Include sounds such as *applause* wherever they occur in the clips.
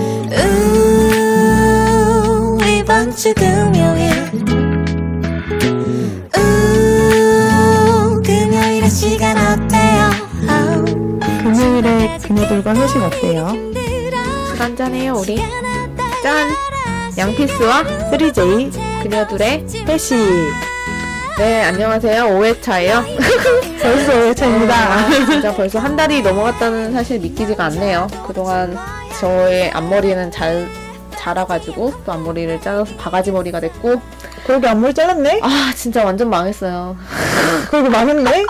음, 주 금요일 우 음, 금요일의 시간 어때요 아우, 금요일에 그녀들과 소식 어때요? 힘들어. 한잔해요 우리 짠 *laughs* 짠 양피스와 3J 그녀들의 패시 네 안녕하세요 5회차예요 벌써 5회차입니다. 아, 진짜 벌써 한 달이 넘어갔다는 사실 믿기지가 않네요 그동안 저의 앞머리는 잘 자라가지고 또 앞머리를 잘라서 바가지 머리가 됐고 그러게 안무를 잘랐네? 아 진짜 완전 망했어요 *laughs* 아. 그러게 망했네?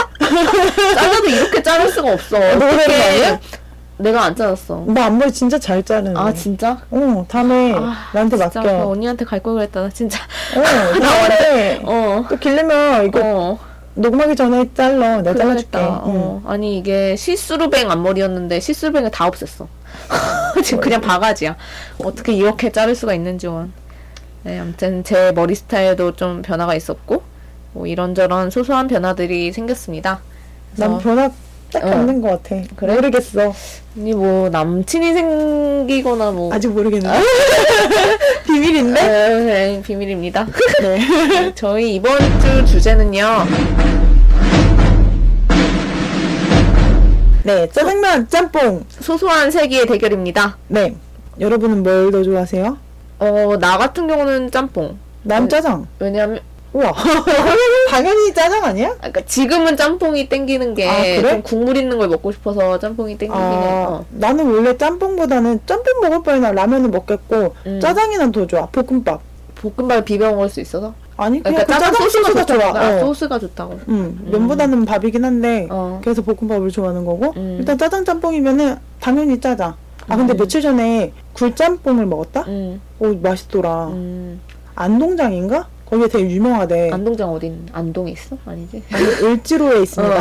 잘라도 이렇게 자를 수가 없어 노래는 어떻게 아니야? 내가 안 잘랐어 나 안무를 진짜 잘 자르네. 아 진짜? 어, 다음에 아, 나한테 진짜 맡겨. 그 언니한테 갈 걸 그랬다 *laughs* 나 진짜 어, 다음에 어 또 길르면 이거 어, 녹음하기 전에 잘라. 내가 잘라줄게. 그러겠다. 어. 아니 이게 시스루뱅 앞머리였는데 시스루뱅을 다 없앴어. *laughs* 지금 그냥 바가지야. 어떻게 이렇게 자를 수가 있는지 원. 네, 아무튼 제 머리 스타일도 좀 변화가 있었고 뭐 이런저런 소소한 변화들이 생겼습니다. 난 그래서 변화 딱 어. 없는 것 같아. 그래? 모르겠어. 아니 뭐 남친이 생기거나 뭐 아직 모르겠는데. *laughs* 비밀인데? 네, 네, *laughs* 비밀입니다. 네. 저희 이번 주 주제는요. 네, 짜장면, 짬뽕. 소소한 세기의 대결입니다. 네. 여러분은 뭘 더 좋아하세요? 어, 나 같은 경우는 짬뽕. 남 네. 짜장. 왜냐면 우와. *laughs* 당연히 짜장 아니야? 아, 그러니까 지금은 짬뽕이 땡기는 게 아, 그래? 좀 국물 있는 걸 먹고 싶어서 짬뽕이 땡기긴 어. 아, 해요. 나는 원래 짬뽕보다는 짬뽕 먹을 바에는 라면을 먹겠고 음. 짜장이난 더 좋아. 볶음밥. 볶음밥 비벼 먹을 수 있어서. 아니 그냥 그러니까 그 짜장 소스가 좋아. 좋다고. 아, 어. 소스가 좋다고. 음, 음. 면보다는 밥이긴 한데 어. 그래서 볶음밥을 좋아하는 거고 음. 일단 짜장 짬뽕이면은 당연히 짜장. 아 근데 음. 며칠 전에 굴짬뽕을 먹었다? 음, 오 맛있더라. 음. 안동장인가? 거기에 되게 유명하대. 안동장 어디 있는? 안동에 있어? 아니지? 어. 아니, *laughs* 을지로에 있습니다. *laughs*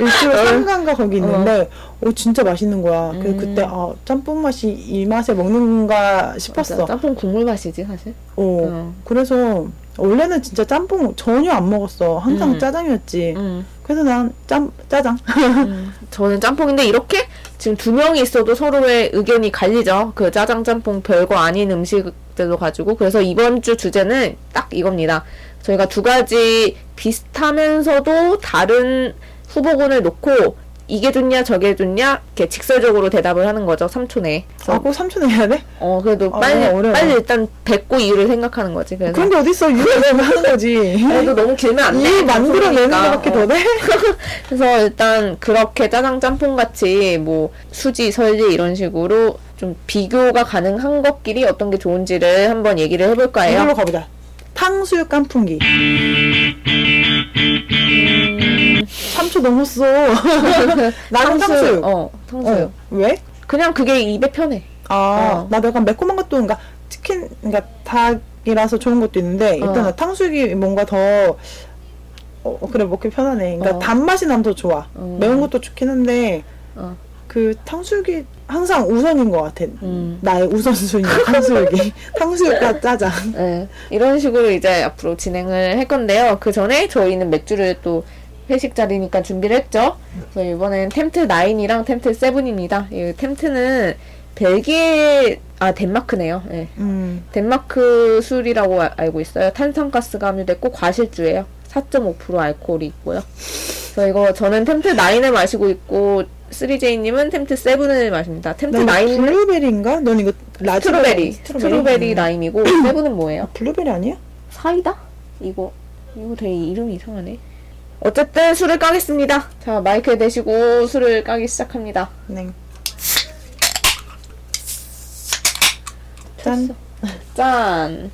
일주일 삼강가 거기 있는데 오 진짜 맛있는 거야. 그래서 음. 그때 아 짬뽕 맛이 이 맛에 먹는 건가 싶었어. 맞아, 짬뽕 국물 맛이지 사실. 어. 어. 그래서 원래는 진짜 짬뽕 전혀 안 먹었어. 항상 음. 짜장이었지. 음, 그래서 난 짬 짜장. 음. 저는 짬뽕인데 이렇게 지금 두 명이 있어도 서로의 의견이 갈리죠. 그 짜장 짬뽕 별거 아닌 음식들도 가지고 그래서 이번 주 주제는 딱 이겁니다. 저희가 두 가지 비슷하면서도 다른 후보군을 놓고 이게 좋냐 저게 좋냐 이렇게 직설적으로 대답을 하는 거죠. 3초 내에. 그래서 아꼭 어, 삼촌 해야 돼? 어 그래도 어, 빨리 어려워. 빨리 일단 뱉고 이유를 생각하는 거지. 그래서 그런 게 어딨어? 유래되면 하는 거지. 그래도 너무 길면 안 돼. 이 만들어내는 방송이니까. 거밖에 어. 더 돼? 그래서 일단 그렇게 짜장 짬뽕 같이 뭐 수지 설리 이런 식으로 좀 비교가 가능한 것끼리 어떤 게 좋은지를 한번 얘기를 해볼 거예요. 이걸로 가보자. 탕수육 깐풍기. 음. 3초 넘었어. *laughs* 음. *laughs* 나는 탕수육. 어, 탕수육. 어, 왜? 그냥 그게 입에 편해. 아, 어. 나도 약간 매콤한 것도 그러니까 치킨 그러니까 닭이라서 좋은 것도 있는데 일단 어. 탕수육이 뭔가 더 어, 그래 먹기 편하네. 그러니까 어. 단맛이 난 더 좋아. 어. 매운 것도 좋긴 한데 어. 그 탕수육이 항상 우선인 것 같아. 음. 나의 *laughs* 우선순위 탕수육이 탕수육과 짜장. 네. 이런 식으로 이제 앞으로 진행을 할 건데요. 그 전에 저희는 맥주를 또 회식 자리니까 준비를 했죠. 그래서 이번엔 템트 9이랑 템트 7입니다. 이 템트는 벨기에, 아, 덴마크네요. 예. 음, 덴마크 술이라고 아- 알고 있어요. 탄산가스가 함유됐고 과실주예요. 4.5% 알코올이 있고요. 그래서 이거 저는 템트 9을 마시고 있고 3제이님은 템트 7을 마십니다. 템트 난 9는 블루베리인가? 넌 이거 라즈 음. 네, 아, 스트로베리, 스트로베리, 스트로베리 *laughs* 라임이고 7은 뭐예요? 음. 블루베리 아니야? 사이다? 이거 이거 되게 이름이 이상하네. 어쨌든 술을 까겠습니다. 자 마이크에 대시고 술을 까기 시작합니다. 네. 짠. 짠.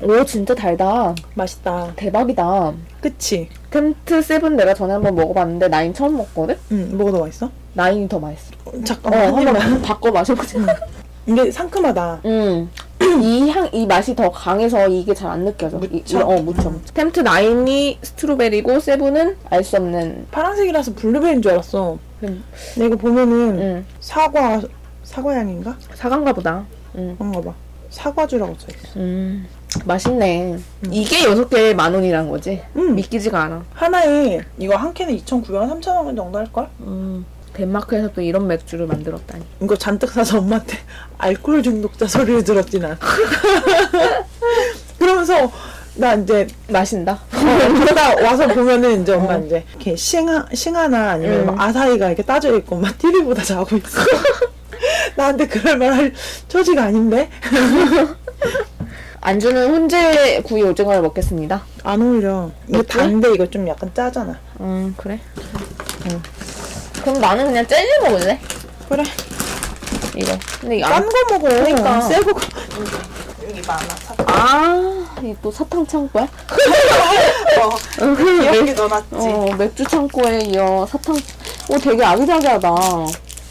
오 진짜 달다. 맛있다. 대박이다. 그치? 템트 세븐 내가 전에 한번 먹어봤는데 나인 처음 먹거든? 음, 뭐가 더 맛있어? 나인이 더 맛있어. 어, 어, 잠깐만. 한 입만. 한번 바꿔 마셔보자. 이게 상큼하다. 음. 이 향, 이 맛이 더 강해서 이게 잘 안 느껴져. 이- 무청? 이- 어, 무청. 템트 나인이 스트로베리고 세븐은 알 수 없는. 파란색이라서 블루베리인 줄 알았어. 음. 근데 이거 보면은 음. 사과 사과향인가? 사과인가 보다. 음. 그런가 봐. 사과주라고 써 있어. 음. 맛있네. 이게 여섯 개에 만 원이란 거지. 음. 믿기지가 않아. 하나에 이거 한 캔에 2,900원, 3,000원 정도 할 걸? 음. 덴마크에서 또 이런 맥주를 만들었다니. 이거 잔뜩 사서 엄마한테 *laughs* 알코올 중독자 소리를 들었지 난. *laughs* 그러면서 나 이제 마신다. *laughs* 어, 그러다 와서 보면은 이제 엄마 이제 이렇게 싱하, 싱하나 아니면 음. 막 아사히가 이렇게 따져 있고 막 TV보다 자고 있어. *laughs* 나한테 그럴 말할 처지가 아닌데 *laughs* 안주는 훈제 구이 오징어를 먹겠습니다. 안 어울려. 이거 어때? 단데 이거 좀 약간 짜잖아. 음 그래. 그럼 나는 그냥 젤리 먹을래. 그래. 이거. 근데 딴 거 먹어. 아, 그러니까. 새거 아이또 사탕 창고야? *laughs* 귀엽게 네. 넣어놨지. 어 맥주 창고에 이어 사탕. 오 되게 아기자기하다.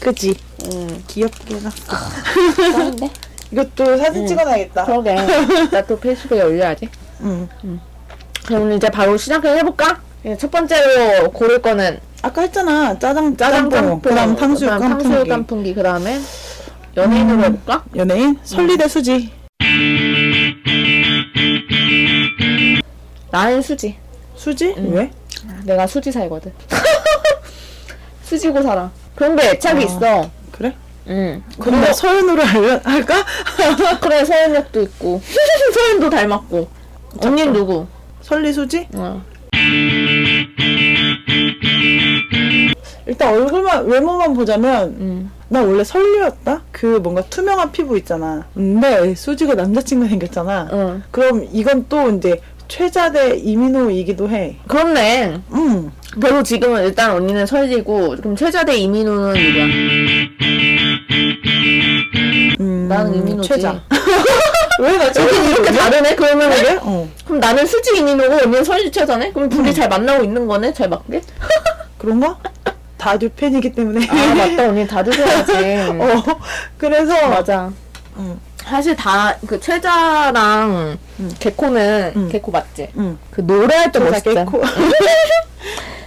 그지. 음 귀엽게 해놨어. 짠데. 이것도 사진 찍어놔야겠다. *laughs* 그러게. 나 또 페이스북에 올려야지. 응. 그럼 이제 바로 시작을 해볼까? 예, 첫 번째로 고를 거는 아까 했잖아. 짜장 짜장 짬뽕, 그다음 탕수육 그다음 탕수육 깐풍기. 음. 깐풍기, 그다음에 연예인으로 해볼까? 연예인 설리대 수지. 나는 수지. 수지? 왜? 내가 수지사이거든. *laughs* 수지고 살아. 그런 게 애착이 있어. 그래? 응. 그럼 나 서윤으로 할- 할까? *laughs* 그래 서현역도 있고 *laughs* 서현도 닮았고. 그렇죠. 언니는 누구? 설리 수지? 어. 일단 얼굴만 외모만 보자면 음. 나 원래 설리였다. 그 뭔가 투명한 피부 있잖아. 근데 수지가 남자친구 생겼잖아. 응. 그럼 이건 또 이제 최자대 이민호이기도 해. 그렇네. 음. 그리고 지금은 일단 언니는 설리고 그럼 최자대 이민호는 누구야? 음, 나는 이민호지. *laughs* 최자. 왜나 이렇게, 이렇게 다르네? 그러면 그래? 어. 그럼 나는 수지 이민호고 언니는 설리 최자네? 그럼 둘이 잘 만나고 있는 거네? 잘 맞게? 그런가? 다듀 팬이기 때문에. 아 맞다 언니 다 *laughs* 드셔야지. *laughs* 어. 그래서 음, 맞아. 응. 사실 다 그 최자랑 개코는 개코 맞지? 응. 그 노래할 때 음. 최자 멋있다. 개코.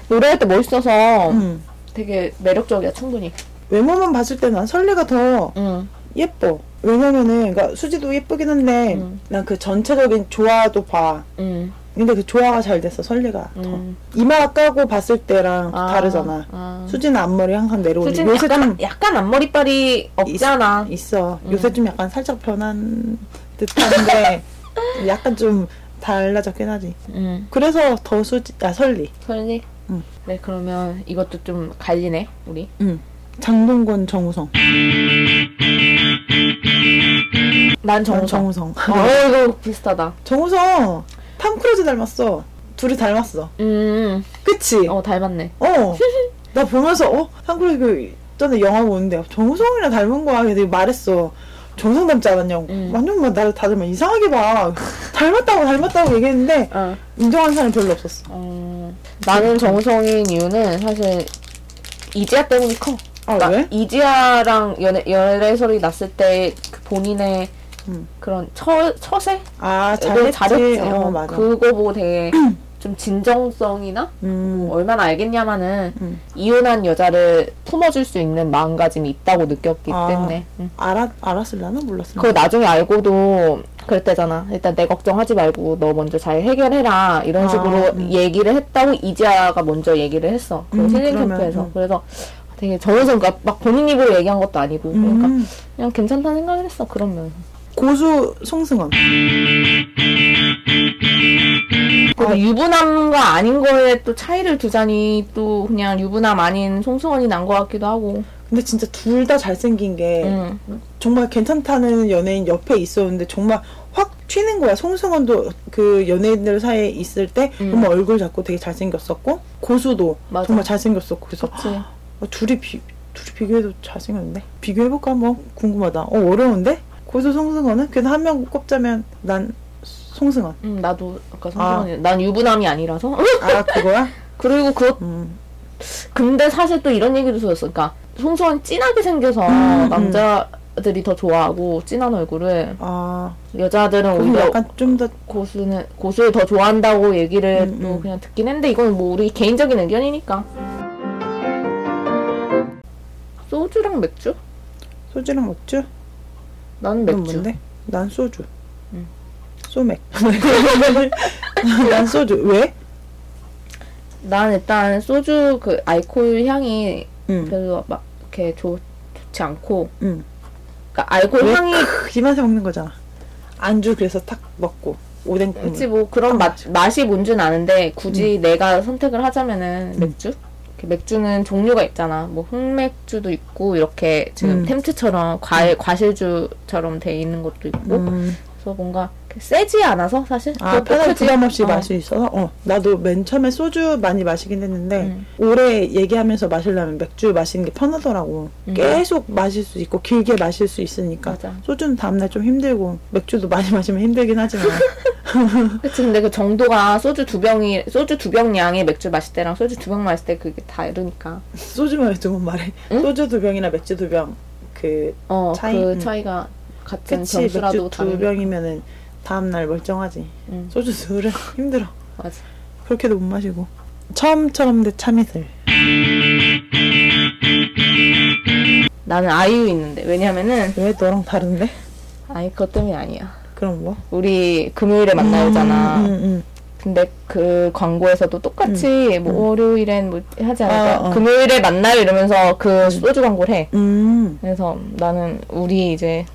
노래할 때 멋있어서 음. 되게 매력적이야 충분히. 외모만 봤을 때 난 설리가 더 응. 예뻐. 왜냐면은 그러니까 수지도 예쁘긴 한데 음. 난 그 전체적인 조화도 봐. 응. 근데 그 조화가 잘 됐어 설리가 더. 음. 이마 까고 봤을 때랑 아, 다르잖아. 아. 수지는 앞머리 항상 내려오는. 수진 요새 약간 음. 좀 약간 앞머리빨이 없잖아. 있어. 요새 좀 약간 살짝 변한 *laughs* 듯한데 약간 좀 달라졌긴 하지. 응. 그래서 더 수지 아 설리. 설리. 응. 네 그러면 이것도 좀 갈리네 우리. 응. 음. 장동건 정우성. 난난 아, 정우성. 정우성. 어 이거 비슷하다. *laughs* 정우성 탐 크루즈 닮았어. 둘이 닮았어. 음. 그치? 어 닮았네. *laughs* 어. 나 보면서 어? 한국에 그 전에 영화 보는데 정우성이랑 닮은 거야. 걔들이 말했어. 정우성 닮지 않았냐고. 음. 완전 막 나를 다들 막 이상하게 봐. 닮았다고 닮았다고 얘기했는데 어. 인정한 사람이 별로 없었어. 어, 나는 정우성인 이유는 사실 이지아 때문이 커. 아 나- 왜? 이지아랑 연애 연애설이 났을 때그 본인의 음. 그런 처 처세 아 잘했지. 를 잘했지. 어 어, 맞아. 그거 보고 *clears throat* 되게 좀 진정성이나 음. 얼마나 알겠냐마는 음. 이혼한 여자를 품어줄 수 있는 마음가짐이 있다고 느꼈기 아. 때문에 음. 알았 알았을라나 몰랐을라. 그거 나중에 알고도 그랬대잖아. 일단 내 걱정하지 말고 너 먼저 잘 해결해라 이런 아, 식으로 음. 얘기를 했다고 이지아가 먼저 얘기를 했어. 그 음, 힐링 그러면, 캠프에서 음. 그래서 되게 정우성 그러니까 막 본인 입으로 얘기한 것도 아니고 그러니까 음. 그냥 괜찮다는 생각을 했어 그러면. 고수 송승헌. 그래서 유부남과 아닌 거에 또 차이를 두자니 또 그냥 유부남 아닌 송승헌이 난 것 같기도 하고. 근데 진짜 둘 다 잘생긴 게 음. 정말 괜찮다는 연예인 옆에 있었는데 정말 확 튀는 거야. 송승헌도 그 연예인들 사이에 있을 때 음. 정말 얼굴 작고 되게 잘생겼었고 고수도 맞아. 아. 정말 잘생겼었고 그래서 그치. 어, 둘이 비 둘이 비교해도 잘생겼는데 비교해볼까 한번 궁금하다. 어 어려운데 고수 송승헌은 그래도 한 명 꼽자면 난 송승헌. 음, 나도 아까 송승헌이 난 유부남이 아니라서. 아 그거야? 그리고 그것 음. 근데 사실 또 이런 얘기도 들었어. 그러니까 송소원 진하게 생겨서 음, 남자들이 더 좋아하고 진한 얼굴을 아 여자들은 그럼 오히려 약간 좀 더 고수는 고수를 더 좋아한다고 얘기를 음, 또 음. 그냥 듣긴 했는데 이건 뭐 우리 개인적인 의견이니까. 소주랑 맥주? 소주랑 맥주? 나는 넌 맥주. 뭔데? 난 소주. 음. 소맥. *laughs* 난 소주. 왜? 난 일단 소주 그 알코올 향이 음, 별로 막 이렇게 좋, 좋지 않고 음. 그러니까 알코올 왜 향이 크, 이 맛에 먹는 거잖아. 안주 그래서 탁 먹고 오뎅 국물. 그치 뭐 그런 맛 아, 맛이 뭔지는 아는데 굳이 음. 내가 선택을 하자면은 맥주 이렇게 맥주는 종류가 있잖아 뭐 흑맥주도 있고 이렇게 지금 음. 템트처럼 과일 과실주처럼 돼 있는 것도 있고 음. 그래서 뭔가 이렇게 세지 않아서 사실 아, 뭐, 그것도 편하게 크지. 부담 없이 어. 마실 수 있어서, 어, 나도 맨 처음에 소주 많이 마시긴 했는데, 음. 오래 얘기하면서 마시려면 맥주 마시는 게 편하더라고. 음. 계속 마실 수 있고, 길게 마실 수 있으니까. 맞아. 소주는 다음날 좀 힘들고, 맥주도 많이 마시면 힘들긴 *laughs* 하지만, 그치 근데 그 정도가 소주 두 병이 소주 두 병 양의 맥주 마실 때랑 소주 두 병 마실 때 그게 다르니까 소주만 두번 말해. 응? 소주 두 병이나 맥주 두 병, 그, 어그 차이? 음. 차이가 같은 그치, 병수라도 맥주 두 다른- 병이면은 다음날 멀쩡하지. 음, 소주 둘은 *laughs* 힘들어. 맞아 그렇게도 못 마시고. 처음처럼 내 참이슬. 나는 아이유 있는데 왜냐면은 왜 너랑 다른데? 아니 그것 때문이 아니야 그럼 뭐? 우리 금요일에 만나요잖아. 음, 음, 음. 근데 그 광고에서도 똑같이 뭐 월요일엔 뭐 하지 않을까. 어, 어. 금요일에 만나요 이러면서 그 소주 광고를 해. 음. 그래서 나는 우리 이제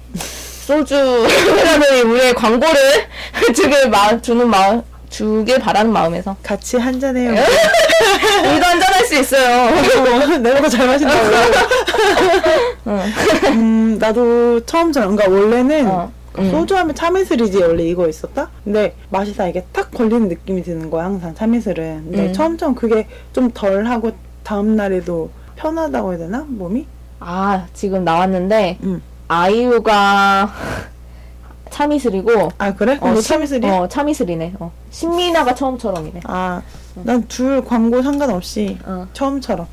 소주라는 우리의 광고를 *laughs* 지금 마, 주는 마 주길 바라는 마음에서 같이 한잔해요. 우리도 한잔할 수 있어요. 어, 내가 더 잘 마신다고. 아, *laughs* 음, 나도 처음처럼, 그러니까 원래는 어, 음. 소주 하면 참이슬이지 원래 이거 있었다? 근데 마시다 이게 탁 걸리는 느낌이 드는 거야, 항상 참이슬은. 근데 음. 처음처럼 그게 좀 덜하고 다음날에도 편하다고 해야 되나? 몸이? 아 지금 나왔는데 음. 아이유가 참이슬이고 아, 그래? 그럼 어, 너 신- 참이슬이야? 어 참이슬이네. 어. 신미나가 처음처럼이네. 아, 난 둘 광고 상관없이 어. 처음처럼.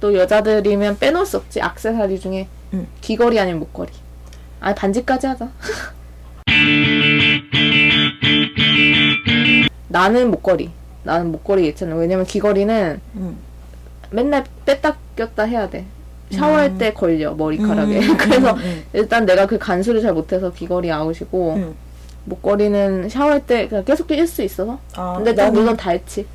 또 여자들이면 빼놓을 수 없지 악세사리 중에 응. 귀걸이 아니면 목걸이 아 반지까지 하자 *laughs* 나는 목걸이 나는 목걸이 있잖아 왜냐면 귀걸이는 응. 맨날 뺐다 꼈다 해야 돼 샤워할 음. 때 걸려 머리카락에 *laughs* 그래서 일단 내가 그 간수를 잘 못해서 귀걸이 아웃이고 응. 목걸이는 샤워할 때 그냥 계속 낄 수 있어서 아, 근데 딱 난, 눈은 닳지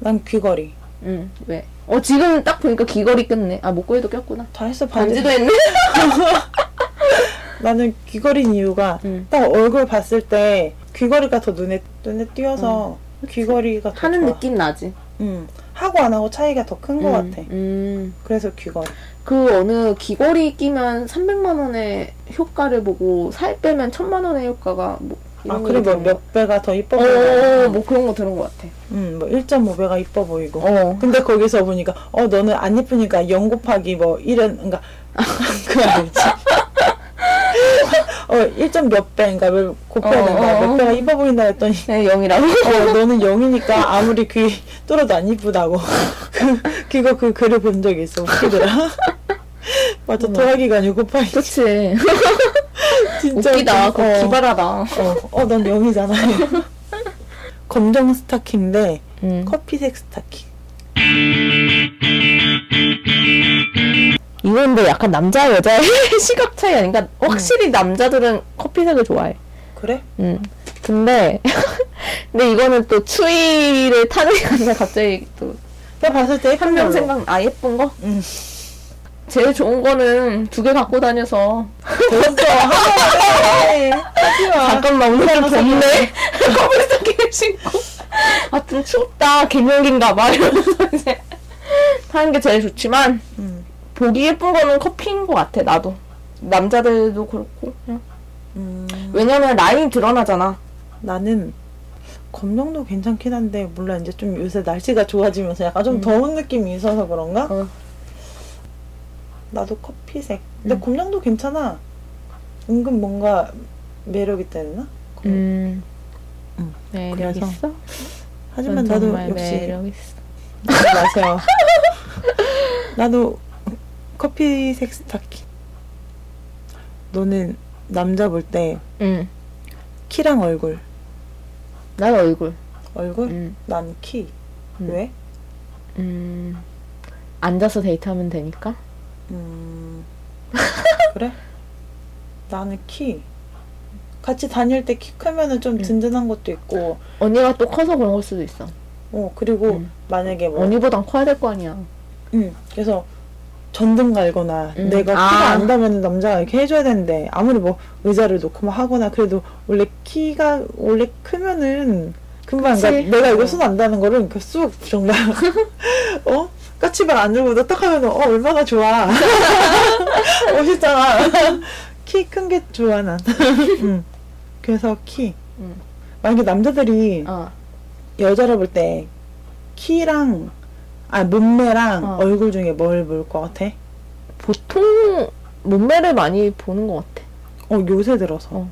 난 귀걸이. 응 왜? 어 지금 딱 보니까 귀걸이 꼈네 아 목걸이도 꼈구나 다 했어, 반지. 반지도 했네 나는 귀걸이인 이유가 응. 딱 얼굴 봤을 때 귀걸이가 더 눈에 눈에 띄어서 귀걸이가 더 하는 좋아. 느낌 나지. 음. 하고 안 하고 차이가 더 큰 것 음, 같아. 음. 그래서 귀걸이. 그 어느 귀걸이 끼면 300만 원의 효과를 보고 살 빼면 1000만 원의 효과가 뭐 아 이런 거 그리고 몇, 들은 거. 몇 배가 더 이뻐 어, 어, 보이고. 뭐 그런 거 들은 것 같아. 음, 뭐 1.5배가 이뻐 보이고. 어. 근데 거기서 보니까 어 너는 안 이쁘니까 0 곱하기 뭐 이런 그러니까 *laughs* 그 알지. 어1.몇 배인가 그러니까 왜 곱해야 어, 된다. 어, 어. 몇 배가 이뻐 보인다 했더니 네, 0이라고. 어, 너는 영이니까 아무리 귀 뚫어도 안 이쁘다고. *laughs* 그, 그거 그 글을 본 적이 있어. 웃기더라. *laughs* 맞아, 토하기가 아니고 곱하기. *laughs* *laughs* 그치. 진짜 웃기다. 그거 웃겨. 기발하다. 어, 어, 넌 영이잖아. *laughs* 검정 스타킹 대 음. 커피색 스타킹. 이건 뭐 약간 남자 여자의 *laughs* 시각 차이 아닌가? 확실히 남자들은 커피색을 좋아해. 그래? 음. 근데 *laughs* 근데 이거는 또 추위를 타는 건데 갑자기 또 내가 봤을 때 뭐. 한 명 생각 아 예쁜 거? 응. 제일 좋은 거는 두 개 갖고 다녀서 아. 잠깐만 오늘은 하나 덥네 *laughs* 커플 스타킹을 신고 아좀 춥다 개명인가 봐 이러면서 이제 타는 게 제일 좋지만 음. 보기 예쁜 거는 커피인 것 같아 나도 남자들도 그렇고 응. 음, 왜냐면 라인이 드러나잖아 나는 검정도 괜찮긴 한데 몰라 이제 좀 요새 날씨가 좋아지면서 약간 음. 좀 더운 느낌이 있어서 그런가? 어. 나도 커피색. 근데 음. 검정도 괜찮아. 은근 뭔가 매력 있다 했나? 음. 음. 매력 그래서 있어? 하지만 넌 나도 정말 역시 *laughs* 매력 있어 맞아요. 나도 커피색 스타킹. 너는 남자 볼 때 응. 키랑 얼굴. 난 얼굴 얼굴? 음. 난 키. 음. 왜? 음. 앉아서 데이트하면 되니까 음. 그래? 나는 키. 같이 다닐 때 키 크면은 좀 든든한 것도 있고 언니가 또 커서 그런 걸 수도 있어. 어 그리고 어. 만약에 뭐 언니보단 커야 될 거 아니야. 음, 그래서 전등 갈거나 음. 내가 아. 키가 안 닿으면 남자가 이렇게 해줘야 되는데 아무리 뭐 의자를 놓고 막 하거나 그래도 원래 키가 원래 크면은 금방 그치. 그러니까 내가 어. 이거 손 안 닿는 거를 이렇게 쑥 정말 *laughs* 어 까치발 안 들고 너딱 하면 어 얼마나 좋아 *laughs* 멋있잖아 *laughs* 키 큰 게 좋아 난 음. 그래서 키 음. 만약에 남자들이 어. 여자를 볼 때 키랑 아 몸매랑 어. 얼굴 중에 뭘 볼 것 같아? 보통 몸매를 많이 보는 것 같아. 어 요새 들어서 어.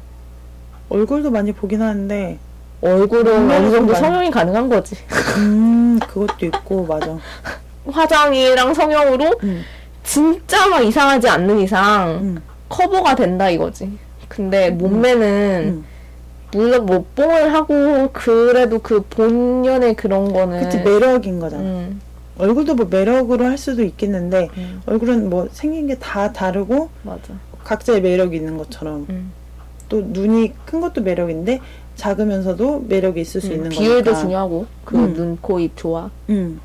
얼굴도 많이 보긴 하는데 얼굴은 몸매는 어느 정도 많이- 성형이 가능한 거지. *laughs* 음 그것도 있고 맞아 화장이랑 성형으로 음, 진짜 막 이상하지 않는 이상 음, 커버가 된다 이거지. 근데 몸매는 음. 물론 뭐 뽕을 하고 그래도 그 본연의 그런 거는 그치 매력인 거잖아 네. 음. 얼굴도 뭐 매력으로 할 수도 있겠는데 음. 얼굴은 뭐 생긴 게 다 다르고 맞아. 각자의 매력이 있는 것처럼 음. 또 눈이 큰 것도 매력인데 작으면서도 매력이 있을 수 음, 있는 비율도 거니까 중요하고 그 음. 눈, 코, 입 좋아. 음.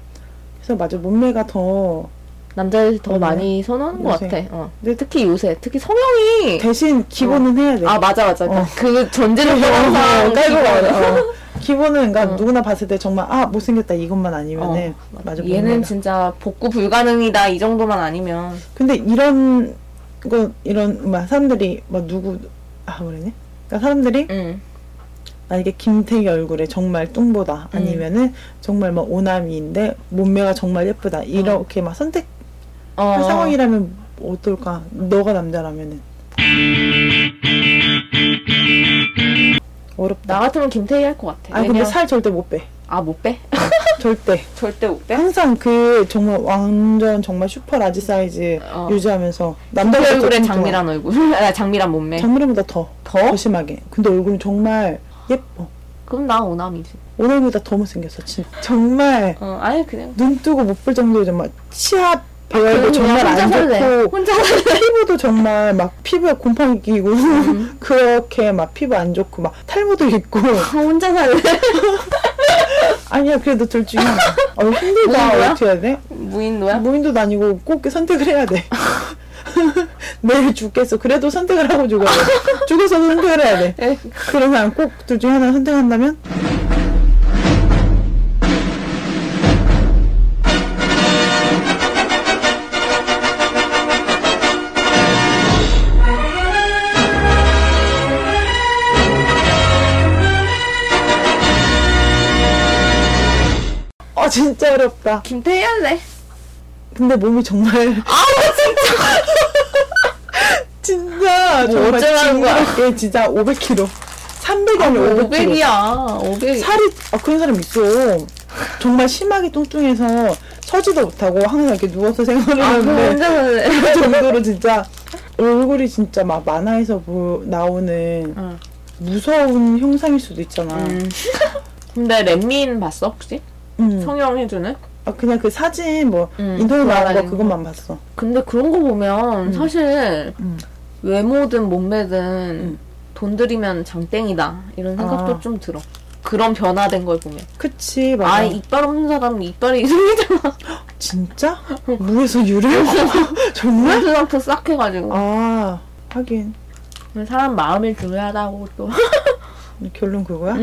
그래서 맞아 몸매가 더 남자들이 더 어, 많이 선호하는 것 요새. 네. 같아. 어. 근데 특히 요새 특히 성형이 대신 기본은 해야 돼 아 어, 맞아 맞아 어. 그 전제를 항상 깔고 기본. 가요. 기본은 그러니까 어. 누구나 봤을 때 정말 아 못생겼다 이것만 아니면은 어, 맞아 얘는 얘는 진짜 복구 불가능이다 이 정도만 아니면 근데 이런 거 이런 막 사람들이 막 누구 아 뭐래네 그러니까 사람들이 응. 만약에 김태희 얼굴에 정말 뚱보다 음. 아니면은 정말 막 오남이인데 몸매가 정말 예쁘다 이렇게 막 선택할 어. 상황이라면 어떨까 너가 남자라면은 나 어렵다 같으면 김태희 할 것 같아. 아 근데 살 절대 못빼 아못 빼? 절대 절대 못 빼? 항상 그 정말 완전 정말 슈퍼 라지 사이즈 어. 유지하면서 내 남자 얼굴엔 장미란 얼굴, *laughs* 아, 장미란 몸매. 장미란보다 더, 더? 더 심하게 근데 얼굴은 정말 예뻐 그럼 나 오남이지. 오늘보다 더 못생겼어 진짜 정말 어, 아니 그냥. 눈 뜨고 못 볼 정도로 정말 치아 배열도 그냥 정말 혼자 안 살래. 좋고 혼자 *laughs* 살래. 피부도 정말 막 피부에 곰팡이 끼고 음. *laughs* 그렇게 막 피부 안 좋고 막 탈모도 있고 아, 혼자 살래. 아니야 그래도 둘 중에 하나 어 무슨 거야? 힘들다 어떻게 해야 돼? *laughs* 무인도야? 무인도 다니고 꼭 선택을 해야 돼. *laughs* 내일 죽겠어. 그래도 선택을 하고 죽어야 돼. 죽어서도 선택을 해야 돼. 에, 그러면 꼭 둘 중에 하나 선택한다면? 어, 진짜 어렵다. 김태희 할래. 근데 몸이 정말 아 진짜. 진짜 뭐 정말 어쩌라는 거야? 징그럽게 진짜 500kg 300이 아니 500kg 500이야. 500. 살이 아 그런 사람 있어 정말 심하게 뚱뚱해서 서지도 못하고 항상 이렇게 누워서 생활을 아 뭐. 그럼 하는데 혼자 *laughs* 살래. 그 정도로 진짜 얼굴이 진짜 막 만화에서 보, 나오는 응. 무서운 형상일 수도 있잖아 음. *laughs* 근데 렛민 봤어 혹시? 음. 성형 해주는? 아, 그냥 그 사진 뭐 음, 인터넷 나온 거 돌아다니는 그것만 봤어 근데 그런 거 보면 음. 사실 음. 외모든 몸매든 음. 돈 들이면 장땡이다 이런 생각도 아. 좀 들어. 그런 변화된 걸 보면. 그치 맞아 아 음. 이빨 없는 사람 이빨이 *laughs* 생기잖아. 진짜? 무에서 *laughs* 유를? 정말? 눈앞에 싹 해가지고. 아 하긴 사람 마음이 중요하다고 또. 결론 그거야?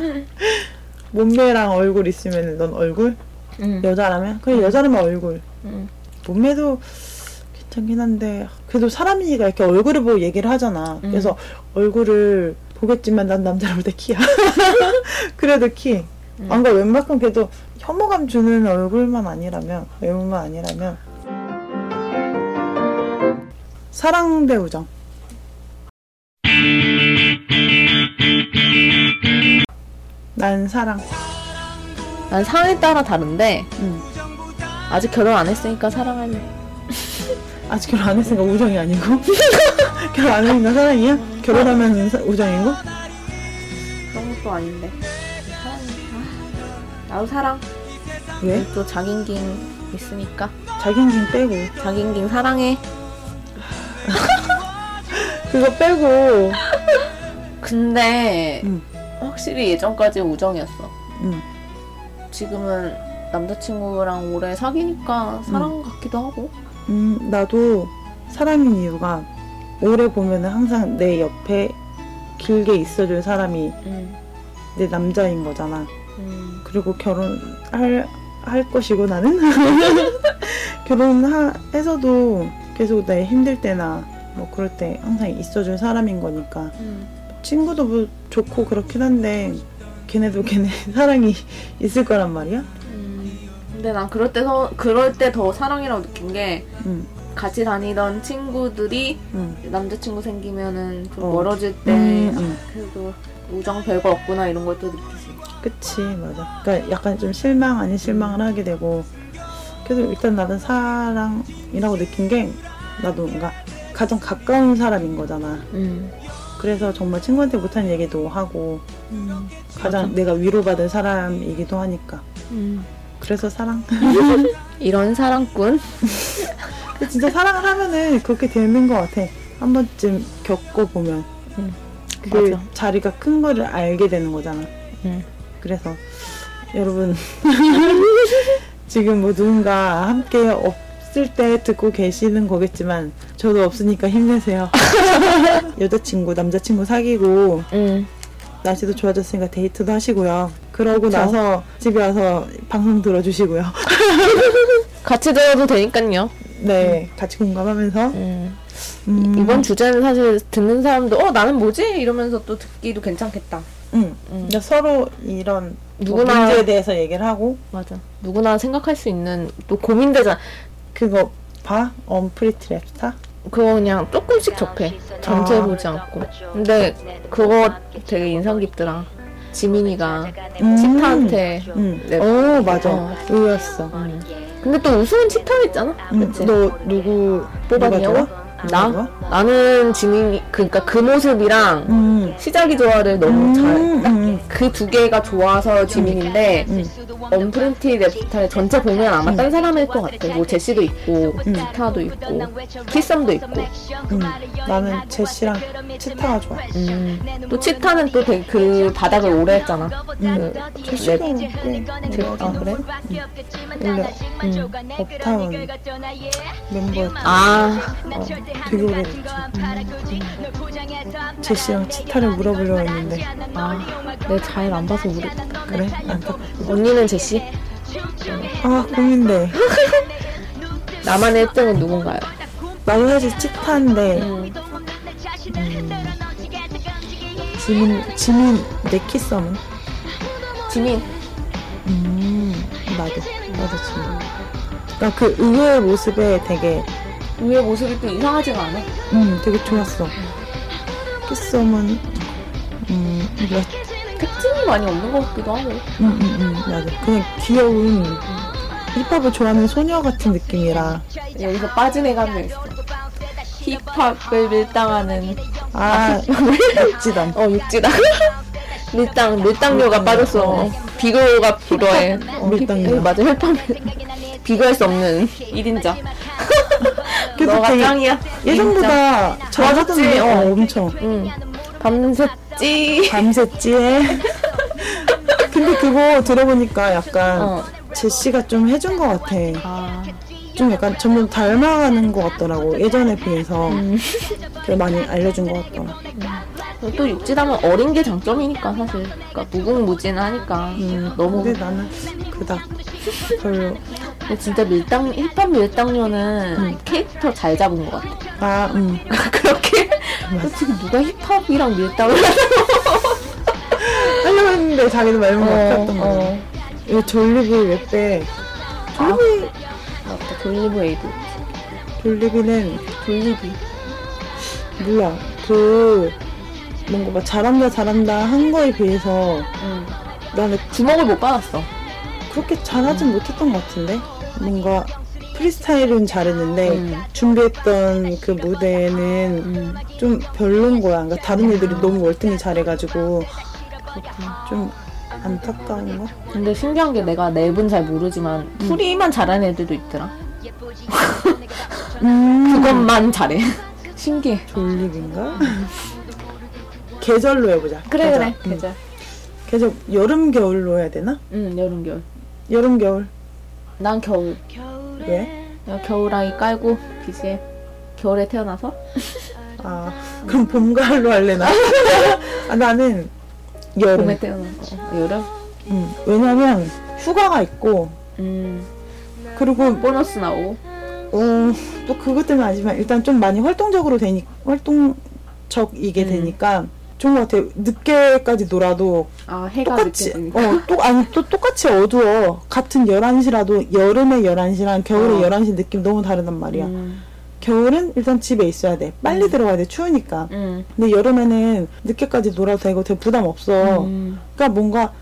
*laughs* 몸매랑 얼굴 있으면 넌 얼굴? 응. 여자라면? 그래 음. 여자라면 얼굴 응. 몸매도 괜찮긴 한데 그래도 사람이니까 이렇게 얼굴을 보고 얘기를 하잖아 음. 그래서 얼굴을 보겠지만 난 남자를 볼때 키야 *laughs* 그래도 키 음. 뭔가 웬만큼 그래도 혐오감 주는 얼굴만 아니라면 외모만 아니라면 사랑 대 우정 난 사랑 난 상황에 따라 다른데 음. 아직 결혼 안 했으니까 사랑할래. 아직 결혼 안 했으니까 우정이 아니고 *laughs* 결혼 안 했으니까 사랑이야? 결혼하면 사- 우정이고? 그런 것도 아닌데. 사랑. 아, 나도 사랑. 왜? 또 자긴ging 있으니까 자기 인생 빼고 자긴ging 사랑해. 그거 빼고 근데 응. 확실히 예전까지 우정이었어. 응. 지금은 남자친구랑 오래 사귀니까 사랑 같기도 하고. 음, 나도 사람인 이유가 오래 보면은 항상 내 옆에 길게 있어줄 사람이 음. 내 남자인 거잖아. 음. 그리고 결혼할 할 것이고 나는 *laughs* 결혼해서도 계속 내 힘들 때나 뭐 그럴 때 항상 있어줄 사람인 거니까 음. 친구도 뭐 좋고 그렇긴 한데 걔네도 걔네 *laughs* 사랑이 있을 거란 말이야. 근데 난 그럴 때서 그럴 때 더 사랑이라고 느낀 게 응, 같이 다니던 친구들이 응. 남자친구 생기면은 좀 어. 멀어질 때 음, 음. 아, 그래도 우정 별거 없구나 이런 걸 또 느끼지. 그치 맞아 그러니까 약간 좀 실망 아닌 실망을 하게 되고 그래서 일단 나는 사랑이라고 느낀 게 나도 뭔가 가장 가까운 사람인 거잖아 음. 그래서 정말 친구한테 못한 얘기도 하고 음. 가장 내가 위로받은 사람이기도 하니까 음. 그래서 사랑 이런 사랑꾼. 근데 진짜 사랑을 하면은 그렇게 되는 것 같아 한 번쯤 겪어보면 그 맞아. 자리가 큰 거를 알게 되는 거잖아 음. 그래서 여러분 *laughs* 지금 뭐 누군가 함께 없을 때 듣고 계시는 거겠지만 저도 없으니까 힘내세요. *laughs* 여자친구, 남자친구 사귀고 음. 날씨도 좋아졌으니까 데이트도 하시고요. 그러고 그쵸. 나서 집에 와서 방송 들어주시고요. *laughs* 같이 들어도 되니까요. 네, 같이 공감하면서 음. 음, 이번 주제는 사실 듣는 사람도 어 나는 뭐지 이러면서 또 듣기도 괜찮겠다. 음, 음. 그러니까 서로 이런 누구나 누구나- 문제에 대해서 얘기를 하고 맞아. 누구나 생각할 수 있는 또 고민되잖아. 그거 봐, 언프리티 랩스타. 그거 그냥 조금씩 접해. 전체 아. 보지 않고. 근데 그거 되게 인상 깊더라. 지민이가 음. 치타한테 응, 랩. 오 맞아, 네. 어. 의외였어. 음. 근데 또 우승은 치타했잖아. 응, 그치? 음. 너 누구 뽑았냐고? 누가 좋아? 나 누가? 나는 지민이 그러니까 그 모습이랑 음. 시작이 좋아를 너무 어, 잘. 음, 그 두 개가 좋아서 지민인데 언프린티 랩스타의 전체 보면 아마 음. 딴 사람일 것 같아. 뭐 제시도 있고 음. 치타도 있고 키썸도 있고. 음. 나는 제시랑 치타가 좋아. 음. 또 치타는 또 되게 그 바닥을 오래 했잖아. 음. 그 제시도 랩. 있고. 아 그래? 원래, 음. 업타운 멤버였지. 아, 어. 되게 오래됐지. 제시랑 치타를 물어보려고 했는데. 음. 아, 내가 잘 안 봐서 모르. 그래? 안타깝다. 언니는 제시? 아, 고민돼. *laughs* 나만의 1등은 누군가요? 나도 사실 치타인데, 지민, 지민, 내 키썸은? 지민. 음, 나도, 나도 지민. 나 그 의외의 모습에 되게, 위의 모습이 또 이상하지가 않아. 음, 되게 좋았어. 키썸은, 음, 몇, 특징이 많이 없는 것 같기도 하고. 음, 음, 음, 맞아. 그냥 귀여운, 힙합을 좋아하는 소녀 같은 느낌이라. 여기서 빠진 애가 한명 있어. 힙합을 밀당하는 *laughs* 아, 그 멋지다. 어 육지다. *laughs* 밀당 밀당료가 빠졌어. 비교가 불어해. 어, 밀당이요. 힙- 맞아 혈판 비교할 수 없는 1인자. 그래도 너가 되게 짱이야. 예전보다 좋아졌지? 좋아졌네. 어, *laughs* 엄청. 응. 밤새지. *laughs* 밤새지. 근데 그거 들어보니까 약간 어. 제시가 좀 해준 것 같아. 아, 좀 약간 점점 닮아가는 것 같더라고. 예전에 비해서. 음. 그래, 많이 알려준 것 같더라. 또 육지담은 어린 게 장점이니까 사실. 그러니까 무궁무진하니까 음, 너무. 근데 나는 그닥 별로. 근데 진짜 밀당 힙합 밀당녀는 캐릭터 잘 잡은 것 같아. 아, 음. 그렇게 솔직히 누가 힙합이랑 밀당을 하려고 했는데 자기도 말문 막혔던 어, 거야. 이거 졸리비 왜 빼? 졸리비, 아, 맞다 돌리브 에이드 졸리비는 돌리비 몰라. 그 뭔가 막 잘한다 잘한다 한 거에 비해서 응. 나는 그, 주먹을 못 받았어 그렇게 잘하진 못했던 것 같은데 뭔가 프리스타일은 잘했는데 음. 준비했던 그 무대는 음. 좀 별론 거야. 그러니까 다른 애들이 너무 월등히 잘해가지고 좀 안타까운 거. 근데 신기한 게 내가 랩은 잘 모르지만 프리만 잘하는 애들도 있더라 그것만 잘해 *laughs* 신기해 *laughs* 졸립인가? 계절로 해보자. 그래 맞아. 그래 음. 계절 계절 여름 겨울로 해야 되나? 응 여름 겨울 여름 겨울 난 겨울. 예? 왜? 나 겨울아이 깔고 BGM. 겨울에 태어나서? 아 그럼 봄 가을로 할래 *laughs* 나 아, 나는 여름 봄에 태어나서. 여름? 음, 왜냐면 휴가가 있고 음. 그리고 보너스 나오고. 어, 또 그것 때문에 아니지만 일단 좀 많이 활동적으로 되니 활동적이게 음. 되니까 좋은 것 같아요. 늦게까지 놀아도 아, 해가 똑같이 느껴지니까. 어, 또 아니 또 똑같이 어두워. 같은 11시라도 여름의 11시랑 겨울의 어. 11시 느낌 너무 다르단 말이야. 음. 겨울은 일단 집에 있어야 돼. 빨리 들어가야 돼. 추우니까. 음. 근데 여름에는 늦게까지 놀아도 되고 되게 부담 없어. 음. 그러니까 뭔가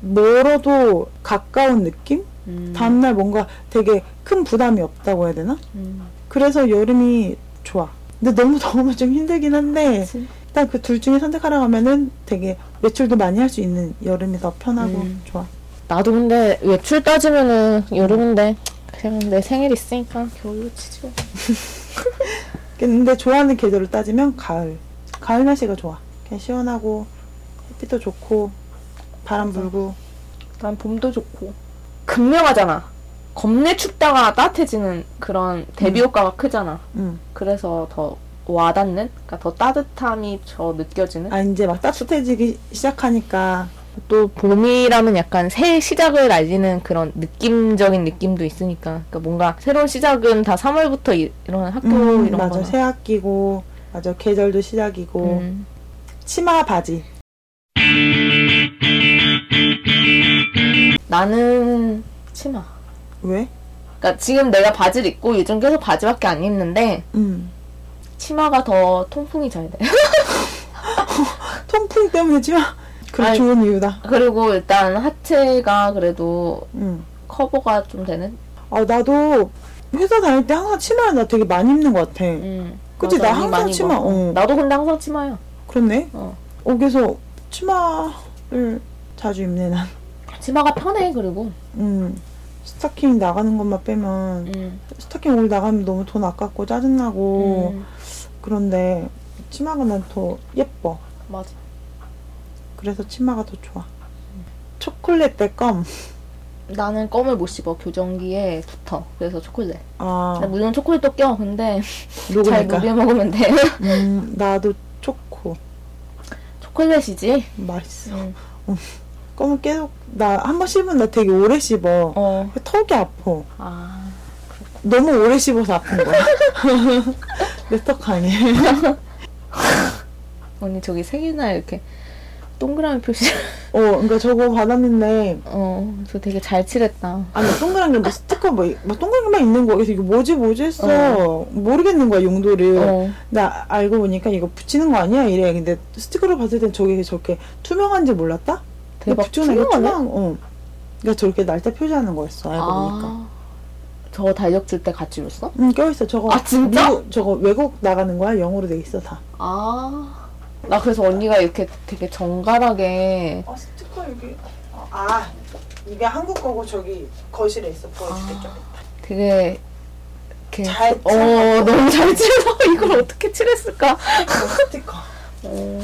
멀어도 가까운 느낌? 음. 다음날 뭔가 되게 큰 부담이 없다고 해야 되나? 음. 그래서 여름이 좋아. 근데 너무 *laughs* 더우면 좀 힘들긴 한데 그치. 일단 그 둘 중에 선택하라 하면은 되게 외출도 많이 할 수 있는 여름이 더 편하고 음. 좋아. 나도 근데 외출 따지면은 여름인데 그냥 내 생일 있으니까 겨울로 치지. 근데 좋아하는 계절을 따지면 가을. 가을 날씨가 좋아. 그냥 시원하고 햇빛도 좋고 바람 불고 난 봄도 좋고. 극명하잖아. 겁내 춥다가 따뜻해지는 그런 대비 효과가 크잖아. 음. 그래서 더 와닿는? 그러니까 더 따뜻함이 더 느껴지는? 아 이제 막 따뜻해지기 시작하니까 또 봄이라면 약간 새 시작을 알리는 그런 느낌적인 느낌도 있으니까 그러니까 뭔가 새로운 시작은 다 3월부터 이, 이런 학교 음, 이런 맞아 거나 새 학기고 맞아 계절도 시작이고 음. 치마 바지 나는 치마. 왜? 그러니까 지금 내가 바지를 입고 요즘 계속 바지밖에 안 입는데 음 치마가 더 통풍이 잘 돼. *laughs* 통풍 때문에 치마 *laughs* 그래 아이. 좋은 이유다. 그리고 일단 하체가 그래도 음. 커버가 좀 되는? 아 나도 회사 다닐 때 항상 치마를 나 되게 많이 입는 것 같아. 음. 그치, 맞아, 나 항상 많이 치마, 입어. 어. 나도 근데 항상 치마야. 그렇네. 어. 어 그래서 치마를 자주 입네 난. 치마가 편해 그리고. 음 스타킹 나가는 것만 빼면 음. 스타킹 오늘 나가면 너무 돈 아깝고 짜증나고 음. 그런데 치마가 난 더 예뻐. 맞아. 그래서 치마가 더 좋아. 초콜릿 때껌. 나는 껌을 못 씹어 교정기에 붙어. 그래서 초콜릿. 아 그러니까. 나 물론 초콜릿도 껴. 근데 잘 녹으니까. 녹여 먹으면 돼. *laughs* 음 나도 초코 초콜릿이지. 맛있어. 음. 껌은 계속 나 한 번 씹으면 나 되게 오래 씹어. 어. 턱이 아파. 아. 너무 오래 씹어서 아픈 거야. *laughs* 내 턱하니. 언니 저기 생일날 이렇게 동그라미 표시. 어, 그러니까 저거 받았는데 어, 저 되게 잘 칠했다. 어, 아니 동그란 게뭐 스티커 뭐, 이- 뭐 동그란 게만 있는 거야. 그래서 이거 뭐지 뭐지 했어. 모르겠는 거야 용도를. 어, 나 알고 보니까 이거 붙이는 거 아니야 이래. 근데 스티커를 봤을 땐 저게 저렇게 투명한지 몰랐다. 근데 대박 붙여놓은 게 투명하네. 투명. 어. 그러니까 저렇게 날짜 표시하는 거였어 알고 보니까. 아, 저 달력 줄 때 같이 줬어? 응, 껴있어. 저거. 아, 진짜? 미국- 저거 외국 나가는 거야? 영어로 돼 있어, 다. 아, 나 그래서 언니가 이렇게 되게 정갈하게 아 스티커 여기 아 이게 한국 거고 저기 거실에 있어 보여줄게 아. 좀 되게 이렇게 잘 어 칠했다. 너무 잘 칠해서 *laughs* 이걸 어떻게 칠했을까? 스티커 스티커 *laughs* 어.